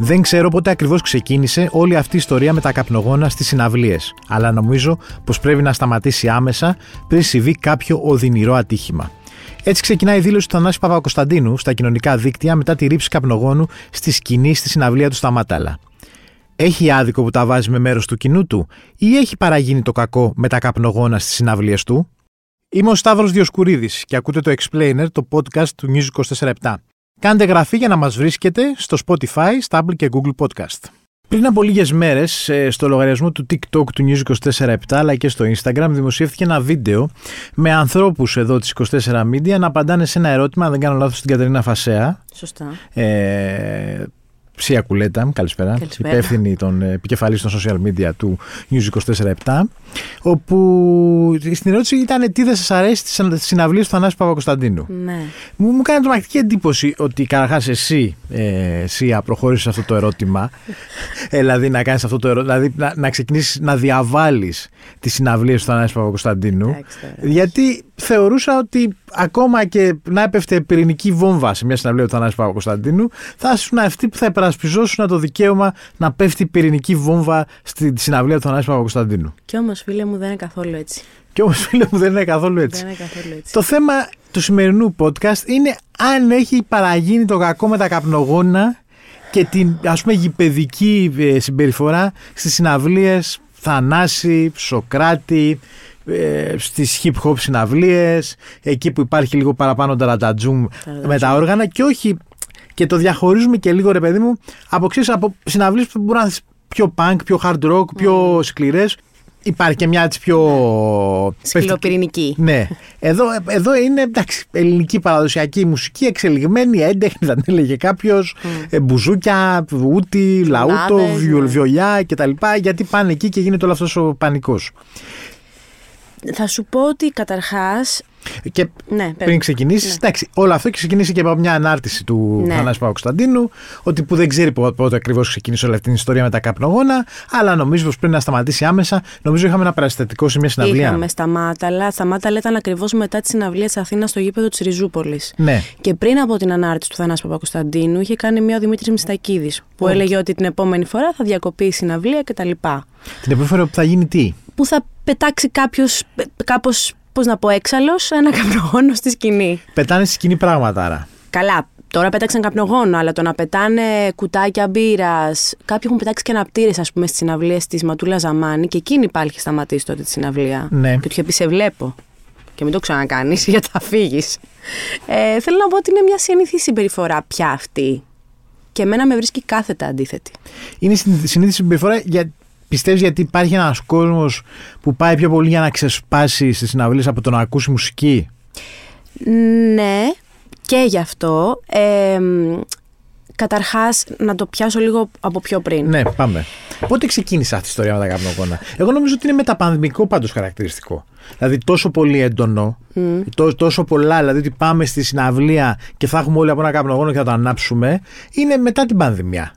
Δεν ξέρω πότε ακριβώς ξεκίνησε όλη αυτή η ιστορία με τα καπνογόνα στις συναυλίες, αλλά νομίζω πως πρέπει να σταματήσει άμεσα πριν συμβεί κάποιο οδυνηρό ατύχημα. Έτσι ξεκινάει η δήλωση του Θανάση Παπακοσταντίνου στα κοινωνικά δίκτυα μετά τη ρήψη καπνογόνου στη σκηνή στη συναυλία του στα Ματάλα. Έχει άδικο που τα βάζει με μέρος του κοινού του, ή έχει παραγίνει το κακό με τα καπνογόνα στις συναυλίες του. Είμαι ο Σταύρος Διοσκουρίδης και ακούτε το Explainer, το podcast του News 24 Κάντε γραφή για να μας βρίσκετε στο Spotify, στα Apple και Google Podcast. Πριν από λίγες μέρες, ε, στο λογαριασμό του TikTok του News 24-7 αλλά και στο Instagram δημοσιεύτηκε ένα βίντεο με ανθρώπους εδώ της 24 Media να απαντάνε σε ένα ερώτημα, αν δεν κάνω λάθος, στην Κατερίνα Φασέα. Σωστά. Ε, Ψία Κουλέτα, καλησπέρα. Καλησπέρα. Υπεύθυνη των ε, επικεφαλής των social media του News 24-7. Όπου στην ερώτηση ήταν τι δεν σας αρέσει στις συναυλίες του Θανάση Παπακοσταντίνου. Ναι. Μου, μου κάνει τρομακτική εντύπωση ότι καταρχάς εσύ, ε, Σία, προχώρησες αυτό το ερώτημα. ε, δηλαδή να κάνεις αυτό το ερώτημα. Δηλαδή να, να ξεκινήσεις να διαβάλεις τις συναυλίες του Θανάση Παπακοσταντίνου. Εντάξει τώρα. γιατί θεωρούσα ότι ακόμα και να έπεφτε πυρηνική βόμβα σε μια συναυλία του Θανάση Παπακοσταντίνου, θα ήσουν αυτοί που θα υπερασπιζόσουν το δικαίωμα να πέφτει πυρηνική βόμβα στη τη συναυλία του Θανάση Παπακοσταντίνου. Κι όμως, φίλε μου, δεν είναι καθόλου έτσι. Και όμως, φίλε μου, δεν είναι καθόλου έτσι. Δεν είναι καθόλου έτσι. Το θέμα του σημερινού podcast είναι αν έχει παραγίνει το κακό με τα καπνογόνα και την ας πούμε γηπαιδική ε, συμπεριφορά στις συναυλίες Θανάση, Σοκράτη, ε, στις hip hop συναυλίες, εκεί που υπάρχει λίγο παραπάνω ταρατατζούμ Ταρατατζούμ. με τα όργανα και όχι και το διαχωρίζουμε και λίγο ρε παιδί μου από, ξέρεις, από συναυλίες που μπορούν να είναι πιο punk, πιο hard rock, πιο σκληρές. Υπάρχει και μια έτσι πιο... πέφτει- Σκληροπυρηνική. ναι. Εδώ, εδώ είναι εντάξει, ελληνική παραδοσιακή μουσική, εξελιγμένη, έντεχνη, θα την έλεγε κάποιος. μπουζούκια, ούτι, λαούτο, Λάδες, βιολ- Mm. ναι. βιολιά κτλ. Γιατί πάνε εκεί και γίνεται όλο αυτός ο πανικός. Θα σου πω ότι καταρχάς. Και Ναι, πες. πριν ξεκινήσει, εντάξει, όλο αυτό έχει ξεκινήσει και από μια ανάρτηση του Ναι. Θανάση Παπακοσταντίνου, ότι που δεν ξέρει πο- πότε ακριβώς ξεκίνησε όλη αυτή την ιστορία με τα καπνογόνα, αλλά νομίζω πως πρέπει να σταματήσει άμεσα. Νομίζω είχαμε ένα παραστατικό σε μια συναυλία. Είχαμε στα Μάταλα. Στα Μάταλα ήταν ακριβώς μετά τη συναυλία της Αθήνας στο γήπεδο της Ριζούπολης. Ναι. Και πριν από την ανάρτηση του Θανάση Παπακοσταντίνου, είχε κάνει μία ο Δημήτρης Μιστακίδης, που έλεγε ότι την επόμενη φορά θα διακοπεί η συναυλία κτλ. Την επόμενη φορά που θα γίνει τι. Που θα πετάξει κάποιος κάπω, πώ να πω, έξαλλος, ένα καπνογόνο στη σκηνή. Πετάνε στη σκηνή πράγματα άρα. Καλά, τώρα πέταξαν καπνογόνο, αλλά το να πετάνε κουτάκια μπύρας. Κάποιοι έχουν πετάξει και αναπτήρες, ας πούμε, στις συναυλίες της Ματούλα Ζαμάνη και εκείνη πάλι είχε σταματήσει τότε τη συναυλία. Ναι. Και του είχε πει: Σε βλέπω. Και μην το ξανακάνεις, γιατί θα φύγεις. Ε, θέλω να πω ότι είναι μια συνήθι συμπεριφορά πια αυτή. Και εμένα με βρίσκει κάθετα αντίθετη. Είναι συν- συνήθιση συμπεριφορά για. Πιστεύεις γιατί υπάρχει ένας κόσμος που πάει πιο πολύ για να ξεσπάσει στις συναυλίες από το να ακούσει μουσική. Ναι, και γι' αυτό. Ε, καταρχάς, να το πιάσω λίγο από πιο πριν. Ναι, πάμε. Πότε ξεκίνησε αυτή η ιστορία με τα καπνογόνα. Εγώ νομίζω ότι είναι μεταπανδημικό πάντως χαρακτηριστικό. Δηλαδή τόσο πολύ έντονο, τό- τόσο πολλά, δηλαδή ότι πάμε στη συναυλία και θα έχουμε όλοι από ένα καπνογόνο και θα το ανάψουμε, είναι μετά την πανδημία.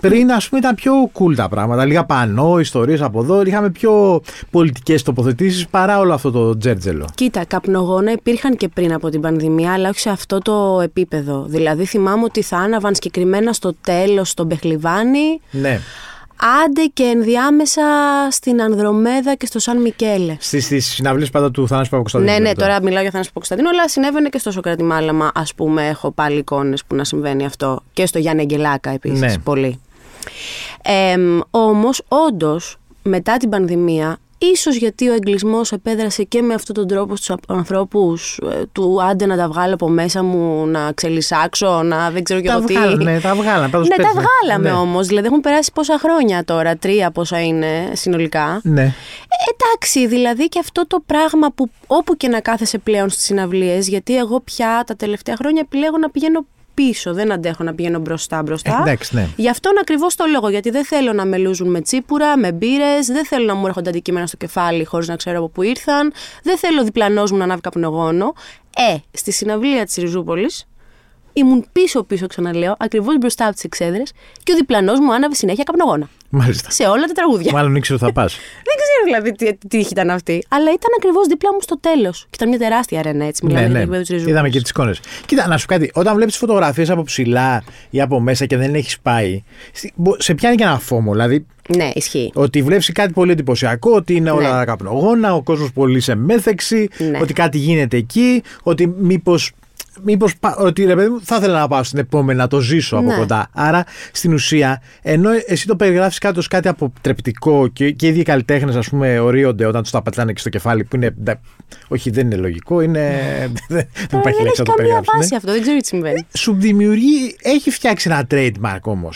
Πριν, ας πούμε, ήταν πιο cool τα πράγματα. Λίγα πανό, ιστορίες από εδώ. Είχαμε πιο πολιτικές τοποθετήσεις παρά όλο αυτό το τζέρτζελο. Κοίτα, καπνογόνα υπήρχαν και πριν από την πανδημία, αλλά όχι σε αυτό το επίπεδο. Δηλαδή, θυμάμαι ότι θα άναβαν συγκεκριμένα στο τέλος στον Πεχλιβάνι, Ναι. άντε και ενδιάμεσα στην Ανδρομέδα και στο Σαν Μικέλε. Στις στις συναυλίες πάντα του Θανάση Παπακοσταντίνου. Ναι, ναι, βέβαια. τώρα μιλάω για Θανάση Παπακοσταντίνο, αλλά συνέβαινε και στο Σοκράτη Μάλαμα, ας πούμε. Έχω πάλι εικόνες που να συμβαίνει αυτό. Και στο Γιάννη Αγγελάκα επίσης. Ναι. Πολύ. Ε, Όμως, όντως, μετά την πανδημία, ίσως γιατί ο εγκλισμός επέδρασε και με αυτόν τον τρόπο στους ανθρώπους ε, του άντε να τα βγάλω από μέσα μου, να ξελισάξω, να δεν ξέρω και Τα εγώ τι. βγάλανε, ναι, τα βγάλανε. πάντως Ναι, τα πέτυχε. βγάλαμε Ναι. όμως. Δηλαδή, έχουν περάσει πόσα χρόνια τώρα, τρία πόσα είναι συνολικά. Ναι. Ε, εντάξει, δηλαδή και αυτό το πράγμα που όπου και να κάθεσαι πλέον στις συναυλίες, γιατί εγώ πια τα τελευταία χρόνια επιλέγω να πηγαίνω πίσω, δεν αντέχω να πηγαίνω μπροστά μπροστά. Ε, εντάξει, ναι. Γι' αυτόν ακριβώς το λόγο, γιατί δεν θέλω να με λούζουν με τσίπουρα, με μπύρες, δεν θέλω να μου έρχονται αντικείμενα στο κεφάλι χωρίς να ξέρω από πού ήρθαν, δεν θέλω ο διπλανός μου να ανάβει καπνογόνο. Ε, στη συναυλία της Ριζούπολης ήμουν πίσω-πίσω, ξαναλέω, ακριβώς μπροστά από τις εξέδρες και ο διπλανός μου άναβε συνέχεια καπνογόνα. Μάλιστα. Σε όλα τα τραγούδια. Μάλλον ήξερε ότι θα πας. Δεν ξέρω δηλαδή τι, τι τύχη ήταν αυτή. Αλλά ήταν ακριβώς δίπλα μου στο τέλος. Και ήταν μια τεράστια αρένα έτσι. Μιλάμε για το επίπεδο τη Ναι, Είδαμε και τις εικόνες. Κοίτα, να σου πω κάτι. Όταν βλέπεις φωτογραφίες από ψηλά ή από μέσα και δεν έχεις πάει, στη- μπο- σε πιάνει και ένα φόμο. Δηλαδή, Ναι, ισχύει. ότι βλέπεις κάτι πολύ εντυπωσιακό, ότι είναι όλα Ναι. καπνογόνα, ο κόσμος πολύ σε μέθεξη, Ναι. ότι κάτι γίνεται εκεί, ότι μήπως. Μήπως, πα- ότι ρε παιδί μου, θα ήθελα να πάω στην επόμενη να το ζήσω από Ναι. κοντά. Άρα στην ουσία, ενώ εσύ το περιγράφεις κάτω ως κάτι αποτρεπτικό και, και οι ίδιοι καλλιτέχνες, ας πούμε, ορίονται όταν τους τα πατάνε και στο κεφάλι, που είναι. ντα- Όχι, δεν είναι λογικό, είναι. δεν Ε, υπάρχει δεν λέξη έχει να το καμία περιγράψεις. ναι. βάση αυτό, δεν ξέρω τι συμβαίνει. Σου δημιουργεί, έχει φτιάξει ένα trademark όμως.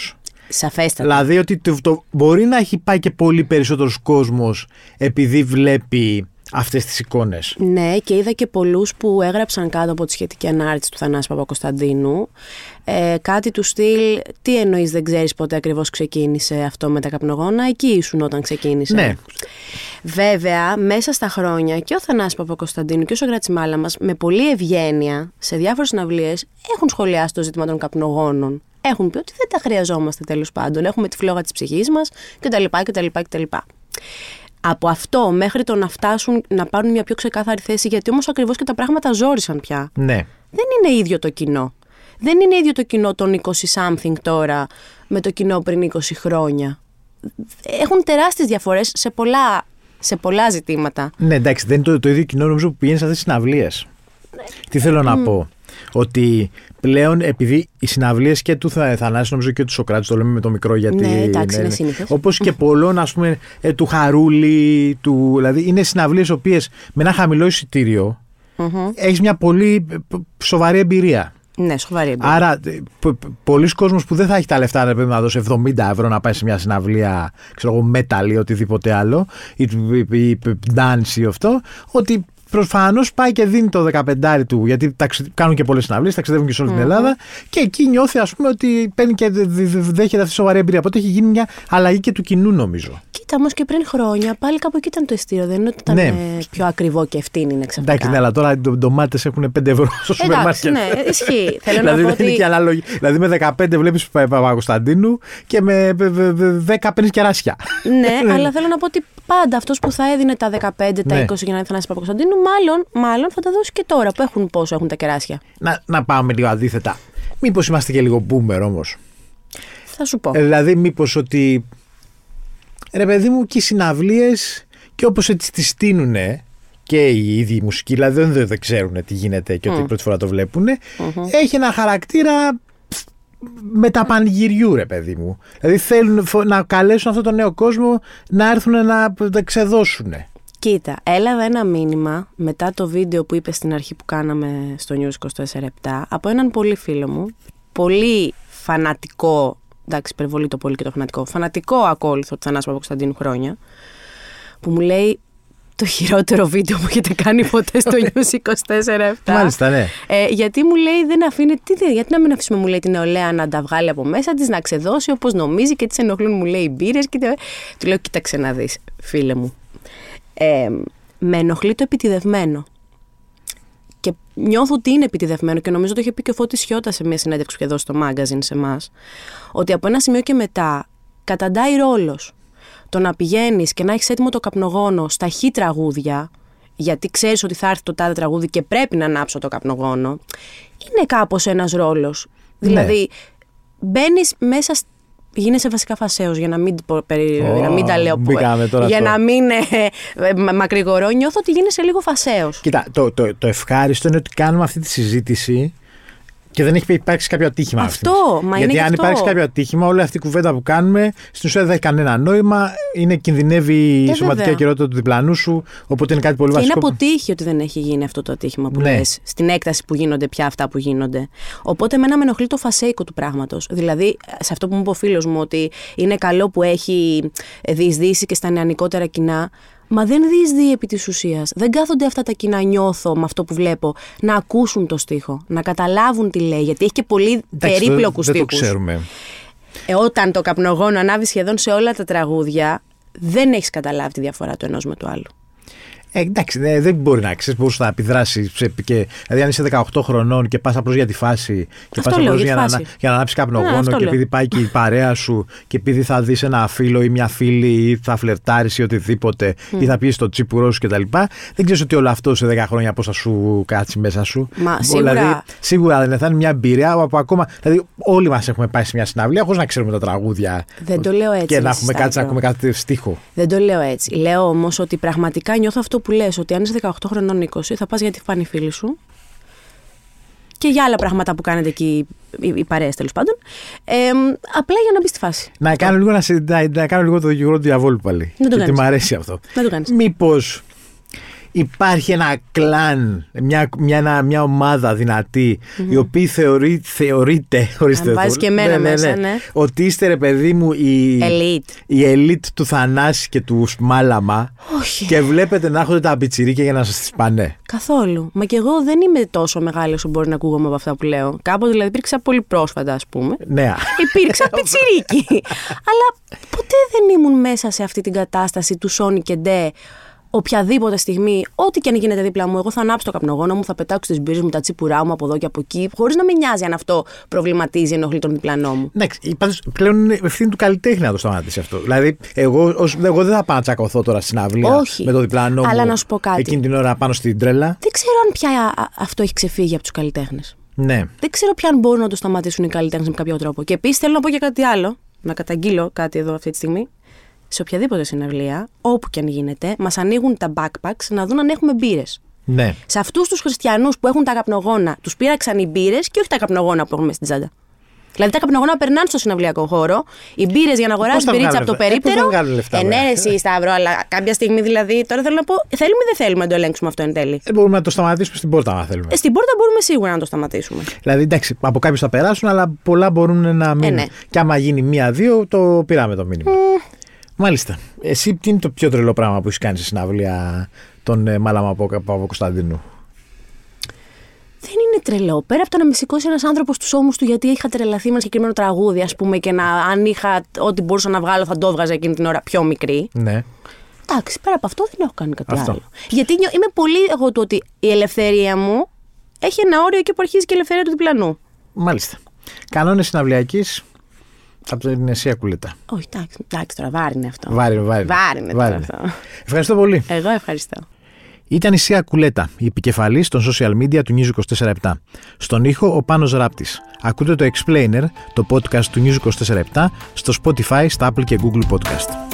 Σαφέστατα. Δηλαδή ότι το, το- μπορεί να έχει πάει και πολύ περισσότερος κόσμος επειδή βλέπει αυτές τις εικόνες. Ναι, και είδα και πολλούς που έγραψαν κάτω από τη σχετική ανάρτηση του Θανάση Παπακοσταντίνου ε, κάτι του στυλ «Τι εννοείς δεν ξέρεις πότε ακριβώς ξεκίνησε αυτό με τα καπνογόνα, εκεί ήσουν όταν ξεκίνησε». Ναι. Βέβαια, μέσα στα χρόνια και ο Θανάσης Παπακοσταντίνου και ο Σοκράτης Μάλα μας με πολλή ευγένεια σε διάφορες συναυλίες έχουν σχολιάσει το ζήτημα των καπνογόνων. Έχουν πει ότι δεν τα χρειαζόμαστε τέλος πάντων. Έχουμε τη φλόγα της ψυχής μας κτλ. κτλ, κτλ. Από αυτό μέχρι το να φτάσουν να πάρουν μια πιο ξεκάθαρη θέση, γιατί όμως ακριβώς και τα πράγματα ζόρισαν πια. Ναι. Δεν είναι ίδιο το κοινό. Δεν είναι ίδιο το κοινό των 20 something τώρα με το κοινό πριν 20 χρόνια. Έχουν τεράστιες διαφορές σε πολλά, σε πολλά ζητήματα. Ναι, εντάξει, δεν είναι το, το ίδιο κοινό νομίζω που πηγαίνει σε αυτές τις συναυλίες. Ναι. Τι θέλω να πω. Ότι πλέον επειδή οι συναυλίες και του Θα- Θανάση νομίζω και του Σοκράτης, το λέμε με το μικρό γιατί. Ναι, εντάξει, είναι σύνηθες. Όπως και πολλών, ας πούμε, ε, του Χαρούλη, του, δηλαδή είναι συναυλίες οποίες με ένα χαμηλό εισιτήριο έχεις μια πολύ ε, π- σοβαρή εμπειρία. Ναι, σοβαρή εμπειρία. Άρα, ε, πο- πο- πολλοί κόσμος που δεν θα έχει τα λεφτά να, πρέπει να δώσει 70 ευρώ να πάει σε μια συναυλία, ξέρω εγώ, metal ή οτιδήποτε άλλο, ή, ή, ή, ή dance ή αυτό, ότι Προφανώς πάει και δίνει το 15 του, γιατί ταξι- κάνουν και πολλές συναυλίες, ταξιδεύουν και σε όλη την Ελλάδα. Και εκεί νιώθει, ας πούμε, ότι παίρνει και δε- δε- δε- δέχεται αυτή τη σοβαρή εμπειρία. Οπότε έχει γίνει μια αλλαγή και του κοινού, νομίζω. Κοίτα όμως και πριν χρόνια πάλι κάπου εκεί ήταν το εστίο. Δεν είναι ότι ήταν Ναι. ε, πιο ακριβό και ευθύνη είναι ξαφνικά. Εντάξει, ναι, αλλά τώρα οι ντομάτες έχουν 5 ευρώ στο σούπερ Εντάξει, μάρκετ. ναι, ισχύει. Θέλω δηλαδή, να πω δεν είναι ότι και ανάλογη. Δηλαδή, με 15 βλέπει Παπακοσταντίνου και με β- β- β- 10 παίρνει κεράσια. Ναι, αλλά θέλω να πω ότι πάντα αυτός που θα έδινε τα 15, τα 20 Ναι. για να Θανάση Παπακοσταντίνου, μάλλον, μάλλον θα τα δώσει και τώρα που έχουν πόσο έχουν τα κεράσια. να, να πάμε λίγο αντίθετα. Μήπως είμαστε και λίγο boomer όμως. Θα σου πω. δηλαδή, μήπως ότι. Ρε παιδί μου, και οι συναυλίες και όπως έτσι τις στείνουνε και οι ίδιοι οι μουσικοί, δηλαδή δεν, δεν ξέρουν τι γίνεται και ότι πρώτη φορά το βλέπουν, έχει ένα χαρακτήρα μεταπανηγυριού, ρε παιδί μου. Δηλαδή θέλουν φο- να καλέσουν αυτόν τον νέο κόσμο να έρθουν να π- τα ξεδώσουν. Κοίτα, έλαβα ένα μήνυμα μετά το βίντεο που είπες στην αρχή που κάναμε στο News 24-7 από έναν πολύ φίλο μου, πολύ φανατικό, εντάξει υπερβολή το πολύ και το φανατικό, φανατικό ακόλουθο του Θανάση Παπακοσταντίνου χρόνια, που μου λέει το χειρότερο βίντεο που έχετε κάνει ποτέ στο News 24-7. Μάλιστα, ναι. Ε, γιατί μου λέει δεν αφήνει, τι, δεν- γιατί να μην αφήσουμε μου λέει την νεολαία να τα βγάλει από μέσα της, να ξεδώσει όπως νομίζει και τις ενοχλούν μου λέει οι μπύρες και τα- του λέω κοίταξε να δεις φίλε μου. Ε, με ενοχλεί το επιτιδευμένο. Και νιώθω ότι είναι επιτιδευμένο και νομίζω το είχε πει και ο Φώτης Σιώτα σε μια συνέντευξη που είχε δώσει στο μάγκαζιν σε εμάς. Ότι από ένα σημείο και μετά καταντάει ρόλος το να πηγαίνεις και να έχεις έτοιμο το καπνογόνο στα χι τραγούδια, γιατί ξέρεις ότι θα έρθει το τάδε τραγούδι και πρέπει να ανάψω το καπνογόνο, είναι κάπως ένας ρόλος. Ναι. Δηλαδή, μπαίνεις μέσα. σ- Γίνεσαι βασικά φασαίο για να μην, πο- περι- Ω, να μην τα λέω μπήκαμε τώρα Για στο- να μην ε, ε, μα- μακρηγορώ, νιώθω ότι γίνεσαι λίγο φασαίο. Κοίτα, το, το, το ευχάριστο είναι ότι κάνουμε αυτή τη συζήτηση και δεν έχει υπάρξει κάποιο ατύχημα. Αυτό, αυτή. μα είναι Γιατί γι' αν αυτό. υπάρξει κάποιο ατύχημα, όλη αυτή η κουβέντα που κάνουμε στην ουσία δεν έχει κανένα νόημα. Είναι κινδυνεύει η Ε, σωματική βέβαια. ακυρότητα του διπλανού σου. Οπότε είναι κάτι πολύ Και είναι βασικό. αποτύχει ότι δεν έχει γίνει αυτό το ατύχημα που Ναι. λες, στην έκταση που γίνονται πια αυτά που γίνονται. Οπότε εμένα με ενοχλεί το φασέικο του πράγματος. Δηλαδή, σε αυτό που μου είπε ο φίλος μου, ότι είναι καλό που έχει ε, διεισδύσει και στα νεανικότερα κοινά. Μα δεν διεισδύει επί της ουσίας. Δεν κάθονται αυτά τα κοινά, νιώθω με αυτό που βλέπω, να ακούσουν το στίχο, να καταλάβουν τι λέει. Γιατί έχει και πολύ Εντάξει, το- περίπλοκους Δεν το στίχους. ξέρουμε. Ε, όταν το καπνογόνο ανάβει σχεδόν σε όλα τα τραγούδια, δεν έχεις καταλάβει τη διαφορά του ενός με του άλλου. Ε, εντάξει, δε- δεν μπορεί να ξέρεις, μπορούσε να επιδράσει. Σε, και, δηλαδή, αν είσαι 18 χρονών και πας απλώς για τη φάση και Αυτό πας λέω, απλώς για για, τη να φάση. ανα- για να ανάψεις Ναι, καπνογόνο αυτό και λέω. επειδή πάει και η παρέα σου και επειδή θα δεις ένα φίλο ή μια φίλη ή θα φλερτάρεις ή οτιδήποτε ή θα πιει το τσίπουρό σου κτλ. Δεν ξέρεις ότι όλο αυτό σε 10 χρόνια πώς θα σου κάτσει μέσα σου. Μα, Δηλαδή, σίγουρα. σίγουρα δεν θα είναι μια εμπειρία που ακόμα. Δηλαδή, όλοι μας έχουμε πάει σε μια συναυλία χωρίς να ξέρουμε τα τραγούδια. Δεν το λέω έτσι, Και να ρε, έχουμε κάτι, να Σταύρο. ακούμε κάτι στίχο. Δεν το λέω έτσι. Λέω όμως ότι πραγματικά νιώθω αυτό που λες, ότι αν είσαι 18 χρονών 20, θα πας για τη φάνη φίλη σου και για άλλα πράγματα που κάνετε εκεί οι, οι παρέες τέλος πάντων, εμ, απλά για να μπεις στη φάση. Να κάνω λίγο, να, συ- να, να κάνω λίγο το δικηγόρο του διαβόλου πάλι. Δεν το Γιατί κάνεις. μου αρέσει αυτό. Να το κάνεις. Μήπως υπάρχει ένα κλαν, μια, μια, ένα- μια ομάδα δυνατή, οι οποίοι θεωρεί, θεωρείται. Ορίστε, Αν βάζεις το- και εμένα μέσα, ναι. Ότι είστε ρε παιδί μου η, Elite. η elite του Θανάση και του Μάλαμα. Όχι. Και βλέπετε να έρχονται τα πιτσιρίκια για να σας τις πάνε. Καθόλου. Μα και εγώ δεν είμαι τόσο μεγάλη όσο μπορεί να ακούγομαι από αυτά που λέω. Κάποτε δηλαδή υπήρξα πολύ πρόσφατα, ας πούμε. Ναι. Υπήρξα πιτσιρίκι. Αλλά ποτέ δεν ήμουν μέσα σε αυτή την κατάσταση του Σόνι και Ντε. Οποιαδήποτε στιγμή, ό,τι και αν γίνεται δίπλα μου, εγώ θα ανάψω το καπνογόνο μου, θα πετάξω τις μπύρες μου, τα τσίπουρά μου από εδώ και από εκεί, χωρίς να με νοιάζει αν αυτό προβληματίζει, ενοχλεί τον διπλανό μου. Εντάξει, πάντως πλέον είναι ευθύνη του καλλιτέχνη να το σταματήσει αυτό. Δηλαδή, εγώ, ως- εγώ δεν θα πάω να τσακωθώ τώρα στην αυλία Όχι. με το διπλανό Αλλά μου να σου πω κάτι. εκείνη την ώρα πάνω στην τρέλα. Δεν ξέρω αν πια α, αυτό έχει ξεφύγει από τους καλλιτέχνες. Ναι. Δεν ξέρω πια αν μπορούν να το σταματήσουν οι καλλιτέχνες με κάποιο τρόπο. Και επίσης θέλω να πω και κάτι άλλο, να καταγγείλω κάτι εδώ αυτή τη στιγμή. Σε οποιαδήποτε συναυλία, όπου και αν γίνεται, μας ανοίγουν τα backpacks να δουν αν έχουμε μπύρες. Ναι. Σε αυτούς τους χριστιανούς που έχουν τα καπνογόνα, τους πήραξαν οι μπύρες και όχι τα καπνογόνα που έχουν μέσα στην τσάντα. Δηλαδή τα καπνογόνα περνάνε στο συναυλιακό χώρο, οι μπύρες για να αγοράσουν τα πυρίτσα βγάλουν από το αυτά? Ε, πώς τα περίπτερο. βγάλουν λεφτά, Ε, βρε. ναι, ρε, εσύ, Σταύρο, αλλά κάποια στιγμή δηλαδή. Τώρα θέλω να πω, θέλουμε ή δεν θέλουμε να το ελέγξουμε αυτό εν τέλει. Δεν Ε, μπορούμε να το σταματήσουμε στην πόρτα, αν θέλουμε. Ε, Στην πόρτα μπορούμε σίγουρα να το σταματήσουμε. Δηλαδή, εντάξει, από κάποιους θα περάσουν, αλλά πολλά μπορούν να μείνουν. ναι. Και άμα γίνει μία-δύο, το πήραμε το μήνυμα. Μάλιστα. Εσύ, τι είναι το πιο τρελό πράγμα που έχεις κάνει στη συναυλία των ε, Μάλαμα από, από Κωνσταντίνου. Δεν είναι τρελό. Πέρα από το να με σηκώσει ένας άνθρωπος στους ώμους του γιατί είχα τρελαθεί με ένα συγκεκριμένο τραγούδι, ας πούμε, και να, αν είχα ό,τι μπορούσα να βγάλω θα το έβγαζα εκείνη την ώρα πιο μικρή. Ναι. Εντάξει, πέρα από αυτό δεν έχω κάνει κάτι Αυτό. άλλο. Γιατί νιώ- είμαι πολύ εγώ του ότι η ελευθερία μου έχει ένα όριο εκεί που αρχίζει και η ελευθερία του διπλανού. Μάλιστα. Κανόνες συναυλιακής από την Εσία Κουλέτα. Όχι, εντάξει, εντάξει τώρα, βάρη είναι αυτό. Βάρη, βάρη. Βάρη είναι τώρα αυτό. Ευχαριστώ πολύ. Εγώ ευχαριστώ. Ήταν η Σία Κουλέτα, η επικεφαλής των social media του News 24-7. Στον ήχο ο Πάνος Ράπτης. Ακούτε το Explainer, το podcast του News 24-7, στο Spotify, στα Apple και Google Podcast.